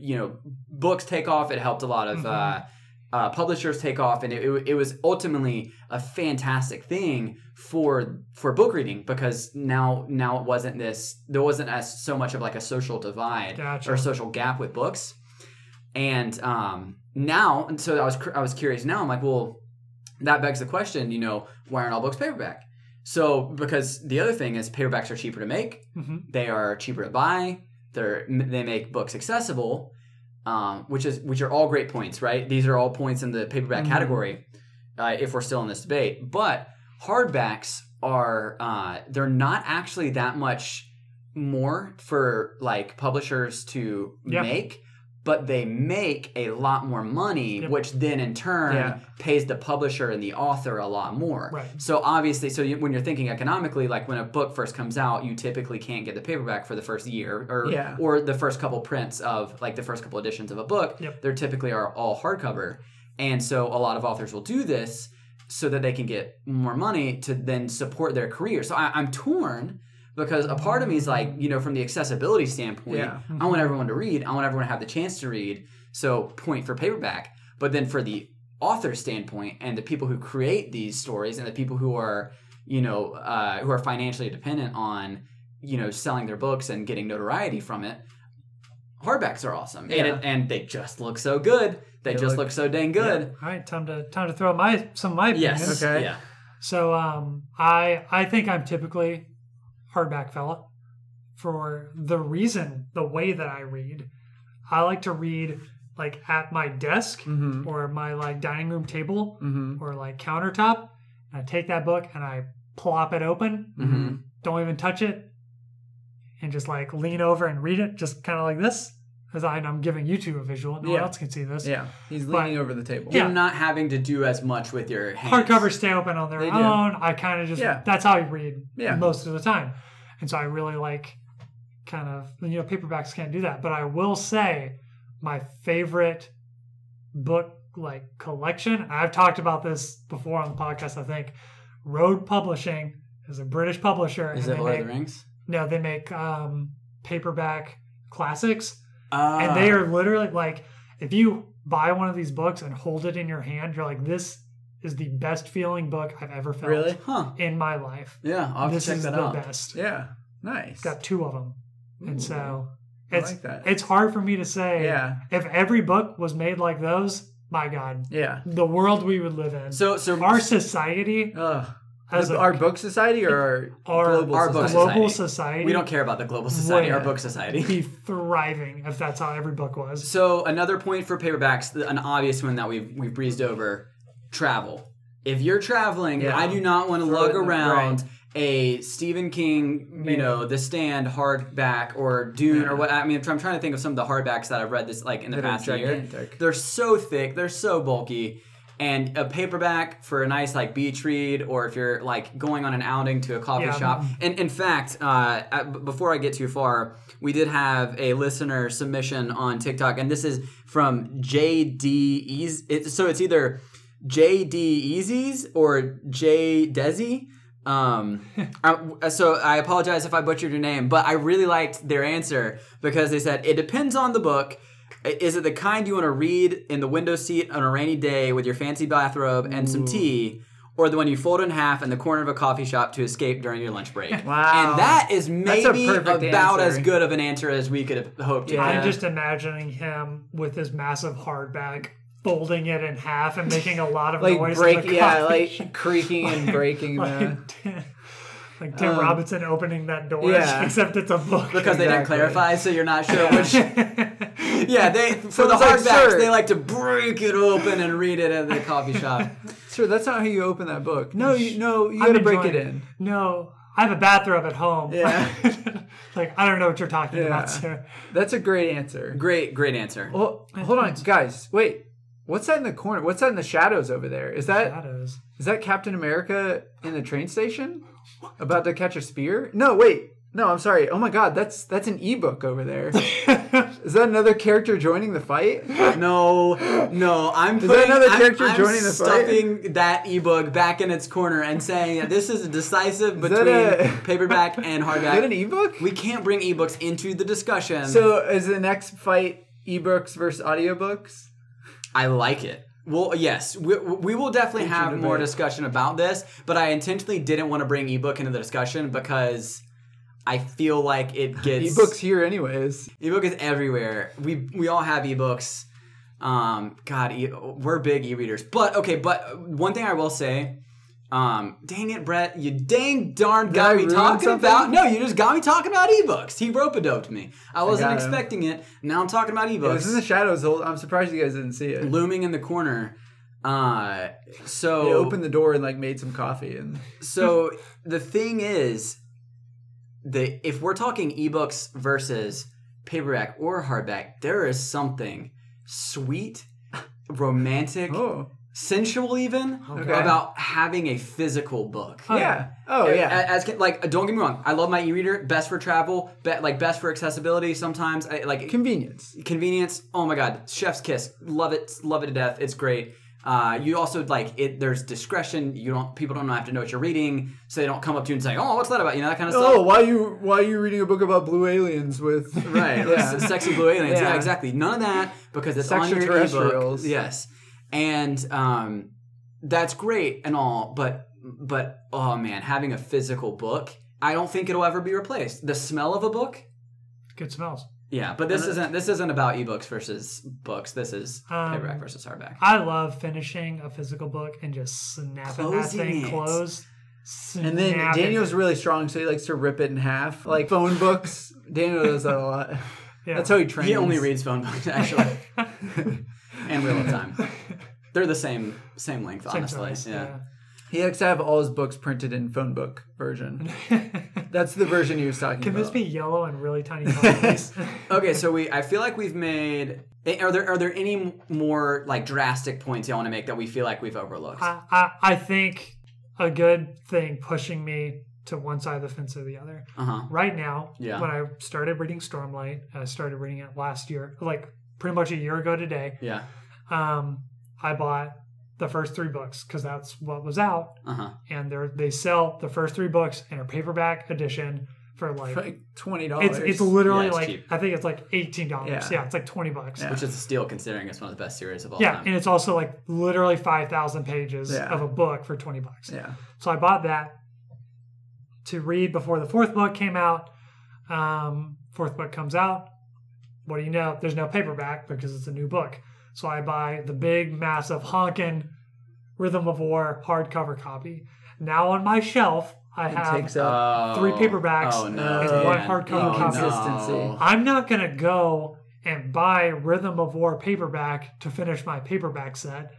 A: you know books take off. It helped a lot of
C: Mhm.
A: uh, uh, publishers take off, and it, it, it was ultimately a fantastic thing for for book reading because now now it wasn't this there wasn't as so much of like a social divide
C: Gotcha.
A: or social gap with books. And um, now, and so I was cur- I was curious. Now I'm like, well, that begs the question. You know, why aren't all books paperback? So because the other thing is paperbacks are cheaper to make.
C: hmm
A: They are cheaper to buy. They're m- they make books accessible, um, which is which are all great points, right? These are all points in the paperback
B: Mhm.
A: category. Uh, if we're still in this debate, but hardbacks are uh, they're not actually that much more for like publishers to
C: Yeah.
A: make but they make a lot more money
C: Yep.
A: which then in turn
B: Yeah.
A: pays the publisher and the author a lot more
C: Right.
A: so obviously so you, when you're thinking economically like when a book first comes out you typically can't get the paperback for the first year or
B: Yeah.
A: or the first couple prints of like the first couple editions of a book
C: Yep.
A: they're typically are all hardcover and so a lot of authors will do this so that they can get more money to then support their career so I, i'm torn because a part of me is like you know from the accessibility standpoint
B: Yeah. mm-hmm.
A: i want everyone to read i want everyone to have the chance to read so point for paperback but then for the author standpoint and the people who create these stories and the people who are you know uh, who are financially dependent on you know selling their books and getting notoriety from it hardbacks are awesome and,
B: Yeah.
A: it, and they just look so good they,
B: They
A: just
B: look-
A: look, so dang
B: [LAUGHS]
A: good
C: All right, time to time to throw my some of my opinions.
A: yes
B: Okay.
A: yeah
C: So um, I I think I'm typically hardback fella for the reason the way that I read. I like to read like at my desk
B: Mm-hmm.
C: or my like dining room table
B: Mm-hmm.
C: or like countertop. And I take that book and I plop it open,
B: Mm-hmm.
A: Mhm.
C: don't even touch it, and just like lean over and read it, just kind of like this. As I, I'm giving you two a visual, no one
B: Yeah.
C: else can see this.
B: Yeah. He's
C: But-
B: leaning over the table.
C: Yeah.
A: you're not having to do as much with your hands
C: hardcovers stay open on their
B: They do.
C: own. I kind of just
B: Yeah.
C: that's how I read
B: Yeah.
C: most of the time, and so I really like kind of you know paperbacks can't do that. But I will say my favorite book like collection. I've talked about this before on the podcast. I think Road Publishing is a British publisher.
A: is
C: and
A: it
C: they
A: Lord
C: make,
A: of the Rings
C: No, they make um, paperback classics
A: uh,
C: and they are literally like if you buy one of these books and hold it in your hand you're like this is the best feeling book i've ever felt
B: Really?
A: huh
C: in my life
A: yeah i'll have to
C: this
A: check
C: is
A: that
C: the
A: out
C: best
B: Yeah. Nice.
C: got two of them
B: Ooh,
C: and so
B: I
C: it's
B: like that.
C: it's hard for me to say
B: yeah.
C: if every book was made like those my god
B: Yeah.
C: the world we would live in
A: so so
C: our society
B: Ugh.
C: as
B: The-
C: a
B: our book society or our,
C: our-
B: global
A: our book
B: society?
C: global
A: society.
C: society,
A: we don't care about the global society our book society [LAUGHS]
C: be thriving if that's how every book was
A: So another point for paperbacks, th- an obvious one that we've we've breezed over, travel. If you're traveling,
B: Yeah.
A: I do not want to
B: Throw it
A: lug
B: in the-
A: around a Stephen King, you
B: Man.
A: know, The Stand hardback or Dune
B: Yeah.
A: or what. I mean, I'm trying- I'm trying to think of some of the hardbacks that I've read this like in the
B: That are
A: past year.
B: gigantic.
A: They're so thick, they're so bulky. And a paperback for a nice like beach read, or if you're like going on an outing to a coffee
C: Yeah.
A: shop. And in fact, uh, I- b- before I get too far, we did have a listener submission on TikTok, and this is from JD Easy. It's, so it's either JD Easy's or J Desi. Um, I, so I apologize if I butchered your name, but I really liked their answer because they said it depends on the book. Is it the kind you want to read in the window seat on a rainy day with your fancy bathrobe and some tea, or the one you fold in half in the corner of a coffee shop to escape during your lunch break?
B: [LAUGHS] Wow.
A: And that is
B: a
A: maybe about
B: perfect
A: as
B: answer.
A: good of an answer as we could have hoped. to
B: Yeah.
A: get.
C: I'm just imagining him with his massive hardback, folding it in half and making a lot
B: [LAUGHS]
C: of
B: like
C: noise. in
B: break,
C: the
B: yeah,
C: coffee
B: [LAUGHS] like creaking and breaking.
C: shop.
B: the,
C: like, Tim- like Tim Robinson opening that door,
B: Um, yeah.
C: [LAUGHS] except it's a book.
A: because they didn't
B: Exactly.
A: clarify, so you're not sure which.
B: [LAUGHS]
A: Yeah, they for the
B: it's like,
A: hardbacks
B: sir.
A: they like to break it open and read it at the coffee
B: [LAUGHS]
A: shop.
B: [LAUGHS] Sure, that's not how you open that book. No, you no, you
C: I'm
B: gotta break it
C: enjoying
B: in.
C: No, I have a bathrobe at home.
B: Yeah.
C: [LAUGHS] like I don't know what you're talking
B: Yeah.
C: about, sir.
B: That's a great answer.
A: Great, great answer.
B: Well, hold on, guys. Wait, What's that in the corner? What's that in the shadows over there? Is that
C: Shadows.
B: is that Captain America in the train station about to catch a spear? No, wait. No, I'm sorry. Oh my god, that's that's an ebook over there. is that another character joining the fight?
A: No, no, I'm
B: Is
A: putting,
B: there another
A: I'm-
B: character
A: I'm
B: joining the fight?
A: stuffing that ebook back in its corner and saying that this is decisive between
B: that a- [LAUGHS]
A: paperback and
B: Is that an
A: hardback.
B: ebook?
A: we can't bring ebooks into the discussion.
B: So is the next fight ebooks versus audiobooks?
A: I like it. Well, yes, we, we will definitely
B: Future
A: have more
B: debate.
A: discussion about this, but I intentionally didn't want to bring ebook into the discussion because I feel like it gets
B: Ebooks here anyways.
A: Ebook is everywhere. We we all have ebooks. Um, God, e- we're big e-readers. But okay, but one thing I will say, um, dang it, Brett, you dang darn
B: I
A: got me
B: ruin
A: talking
B: something?
A: about. No, you just got me talking about ebooks. He rope doped me. I wasn't
B: got him.
A: expecting it. Now I'm talking about
B: It was in
A: ebooks
B: the shadows. I'm surprised you guys didn't see it.
A: looming in the corner. Uh, so
B: They opened the door and like made some coffee and [LAUGHS]
A: So the thing is, the if we're talking ebooks versus paperback or hardback, there is something sweet, romantic,
B: oh
A: sensual, even
B: Okay.
A: about having a physical book.
C: Oh,
B: yeah oh
A: A-
B: yeah
A: As, can- like, don't get me wrong. I love my e-reader. Best for travel. Be, like best for accessibility. Sometimes, I, like
B: convenience.
A: convenience oh my god chef's kiss love it love it to death it's great uh, you also like it there's discretion you don't people don't have to know what you're reading so they don't come up to you and say oh what's that about you know that kind of stuff
B: Oh, why you why you reading a book about blue aliens with [LAUGHS]
A: right
B: yeah.
A: S- sexy blue aliens yeah.
B: Oh. Yeah.
A: exactly none of that because it's on your ebook
B: Extraterrestrials.
A: yes and um, that's great and all but but oh man having a physical book i don't think it'll ever be replaced the smell of a book
C: Good smells.
A: yeah but this
B: And it-
A: isn't this isn't about ebooks versus books this is
C: Um,
A: paperback versus hardback
C: I love finishing a physical book and just snapping
A: Closing
C: that thing
A: it.
C: closed.
B: And then
C: snapping it.
B: Daniel's really strong, so he likes to rip it in half, like phone books. Daniel does that a lot.
C: [LAUGHS] Yeah.
B: That's how he trains.
A: He only reads phone books actually, and Wheel of Time. They're the same same length,
C: Same
A: honestly.
C: size,
A: yeah.
B: He likes to have all his books printed in phone book
C: [LAUGHS]
B: version.
C: yeah.
B: That's the version he was talking
C: Can
B: about. [LAUGHS]
C: this be yellow and really tiny font, please?
A: Okay, so we I feel like we've made. eh, Are there are there any m- more like drastic points you want to make that we feel like we've overlooked?
C: I, I, I think a good thing pushing me to one side of the fence or the other.
A: Uh huh.
C: Right now,
A: Yeah.
C: when I started reading Stormlight, I started reading it last year, like pretty much a year ago today.
A: Yeah.
C: Um, I bought the first three books because that's what was out,
A: Uh huh.
C: and they they sell the first three books in a paperback edition for like.
B: like twenty dollars?
C: It's, it's literally
A: Yeah, it's
C: like
A: cheap.
C: I think it's like eighteen dollars.
B: Yeah.
C: Yeah. it's like twenty bucks.
B: Yeah.
C: Yeah,
A: Which is a steal considering it's one of the best series of all time.
C: and it's also like literally five thousand pages
B: Yeah.
C: of a book for twenty bucks.
B: yeah.
C: So I bought that to read before the fourth book came out. Um, fourth book comes out. What do you know? There's no paperback because it's a new book. So I buy the big, massive, honkin' Rhythm of War hardcover copy. Now on my shelf, I
B: It
C: have.
B: takes up.
C: uh, Three paperbacks
A: Oh no!
B: and one
A: man.
C: hardcover
A: oh,
C: copy.
A: No.
B: Consistency.
C: I'm not gonna go and buy Rhythm of War paperback to finish my paperback set.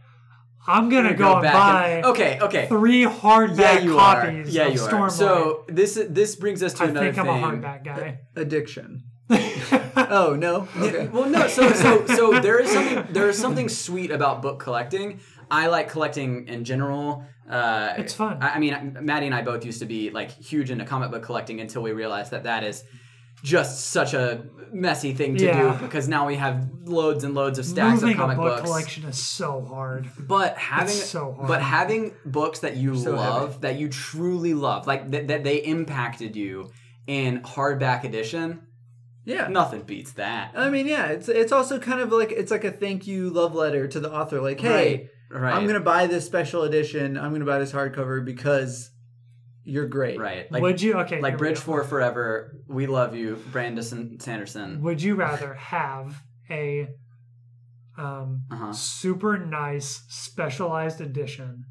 C: I'm gonna,
A: We're
C: go,
A: gonna
C: and buy
A: and- okay. Okay.
C: three hardback
A: Yeah, you are.
C: copies
A: Yeah,
C: of
A: you
C: Stormlight.
A: are. So this this brings us to
C: I
A: another
C: think I'm
A: thing.
C: a hardback guy.
B: addiction.
C: [LAUGHS]
B: oh no. Okay.
A: Well, no. So, so, so there is something. There is something sweet about book collecting. I like collecting in general. Uh,
C: It's fun.
A: I, I mean, Maddie and I both used to be like huge into comic book collecting until we realized that that is just such a messy thing to
C: Yeah.
A: do because now we have loads and loads of stacks
C: Moving
A: of comic
C: a book
A: books.
C: collection is so hard.
A: But having
C: so hard.
A: but having books that you
B: So
A: love, that you truly love, like that, that they impacted you in hardback edition,
B: Yeah.
A: nothing beats that.
B: I mean, yeah. It's it's also kind of like it's like a thank you love letter to the author. Like, hey,
A: right, right.
B: I'm gonna buy this special edition. I'm gonna buy this hardcover because you're great.
A: right. Like
C: would you okay?
A: like
C: here we
A: Bridge
C: go.
A: for Forever, we love you, Brandon Sanderson.
C: Would you rather have a um,
A: Uh-huh.
C: super nice specialized edition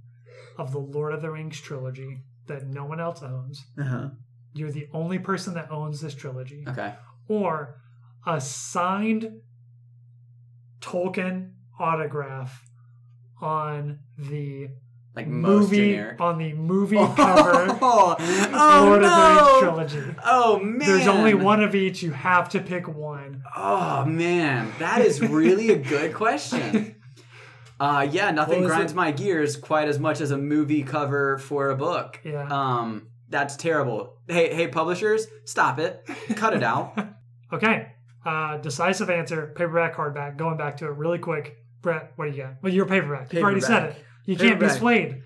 C: of the Lord of the Rings trilogy that no one else owns?
B: Uh-huh.
C: You're the only person that owns this trilogy,
A: Okay.
C: or a signed Tolkien autograph on the
A: Like [LAUGHS] most
C: movie
A: generic.
C: on
A: [LAUGHS]
C: the movie cover
A: Oh, oh,
C: Lord of the
A: no.
C: Rings trilogy.
A: Oh man.
C: There's only one of each. You have to pick one. [LAUGHS]
A: Oh man, that is really a good question. Uh, yeah, nothing
B: What was
A: grinds
B: it?
A: my gears quite as much as a movie cover for a book.
C: Yeah.
A: Um, that's terrible. Hey, hey, publishers, stop it. Cut it
C: [LAUGHS]
A: out.
C: Okay. Uh, decisive answer, paperback, hardback. Going back to it really quick. Brett, what do you got? Well, you're paperback. You've already said it.
B: Paperback.
C: You can't be
B: Paperback.
C: swayed.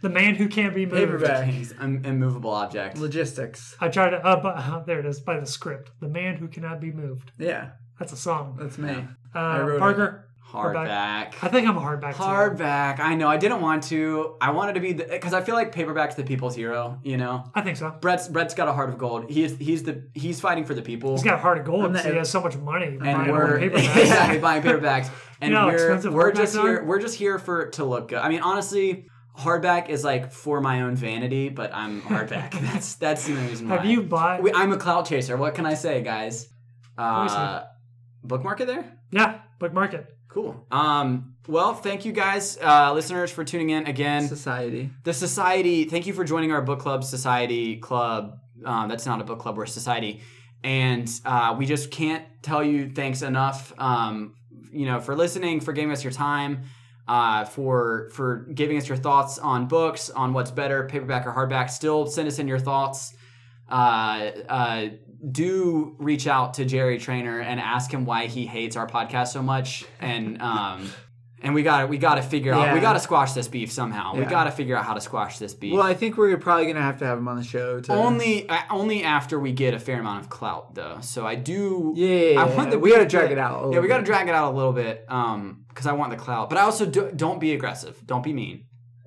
C: The man who can't be moved.
B: Paperback.
A: He's an immovable object.
B: Logistics.
C: I tried to, uh, bu- uh, there it is, by the script. The man who cannot be moved.
B: Yeah,
C: That's a song.
B: that's me.
C: Uh,
B: wrote it.
C: Parker,
A: Hardback.
C: I think I'm a hardback. too.
A: Hardback. I know. I didn't want to. I wanted to be because I feel like paperback's the people's hero. You know,
C: I think so.
A: Brett's Brett's got a heart of gold. He is he's the he's fighting for the people.
C: He's got a heart of gold
B: I'm
C: because
B: the-
C: he has so much money.
A: and
C: buying all the
A: we're [LAUGHS]
C: paperbacks.
A: yeah, we're buying paperbacks, and
C: [LAUGHS] You know how
A: we're
C: expensive
A: we're
C: hardbacks
A: just here
C: are?
A: we're just here for it to look good. I mean, honestly, hardback is like for my own vanity, but I'm hardback. [LAUGHS] that's that's the only reason why.
C: Have you bought?
A: We, I'm a clout chaser. What can I say, guys?
C: Voice
A: Uh, book market there.
C: yeah, book market.
A: Cool. Um, well, thank you guys, uh, listeners, for tuning in again.
B: Society.
A: The Society, thank you for joining our book club, Society Club. Um, that's not a book club, we're a society. And uh, we just can't tell you thanks enough, um, you know, for listening, for giving us your time, uh, for for giving us your thoughts on books, on what's better, paperback or hardback. Still, send us in your thoughts. Uh, uh, do reach out to Jerry Trainer and ask him why he hates our podcast so much, and um, and we got to we got to figure out we
B: Yeah.
A: got to squash this beef somehow. We
B: Yeah.
A: got to figure out how to squash this beef.
B: Well, I think we're probably gonna have to have him on the show. To,
A: only uh, only after we get a fair amount of clout, though. So I do.
B: Yeah, yeah, yeah,
A: I
B: yeah.
A: want the
B: We gotta
A: beef
B: drag
A: to-
B: it out a
A: Yeah,
B: little
A: we got to
B: bit.
A: drag it out a little bit. Um, because I want the clout, but I also do, don't be aggressive. Don't be mean.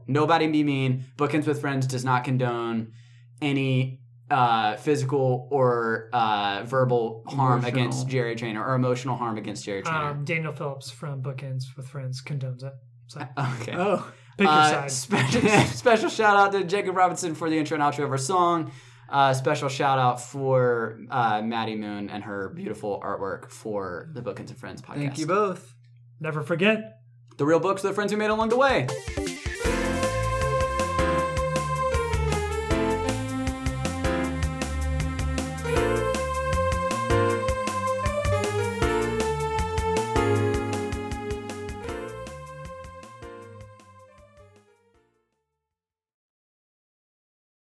A: Nobody be mean. Bookends with friends does not condone any uh physical or uh verbal harm
B: Emotional.
A: against Jerry Trainer or emotional harm against Jerry Trainer.
C: Um, Daniel Phillips from Bookends with Friends condones it. So
A: [LAUGHS] okay.
B: Oh,
C: pick your
A: Uh,
C: side.
A: Special, [LAUGHS] special shout out to Jacob Robinson for the intro and outro of our song. Uh, special shout out for uh, Maddie Moon and her beautiful artwork for the Bookends and Friends podcast.
B: thank you both.
C: Never forget.
A: The real books, the friends we made along the way.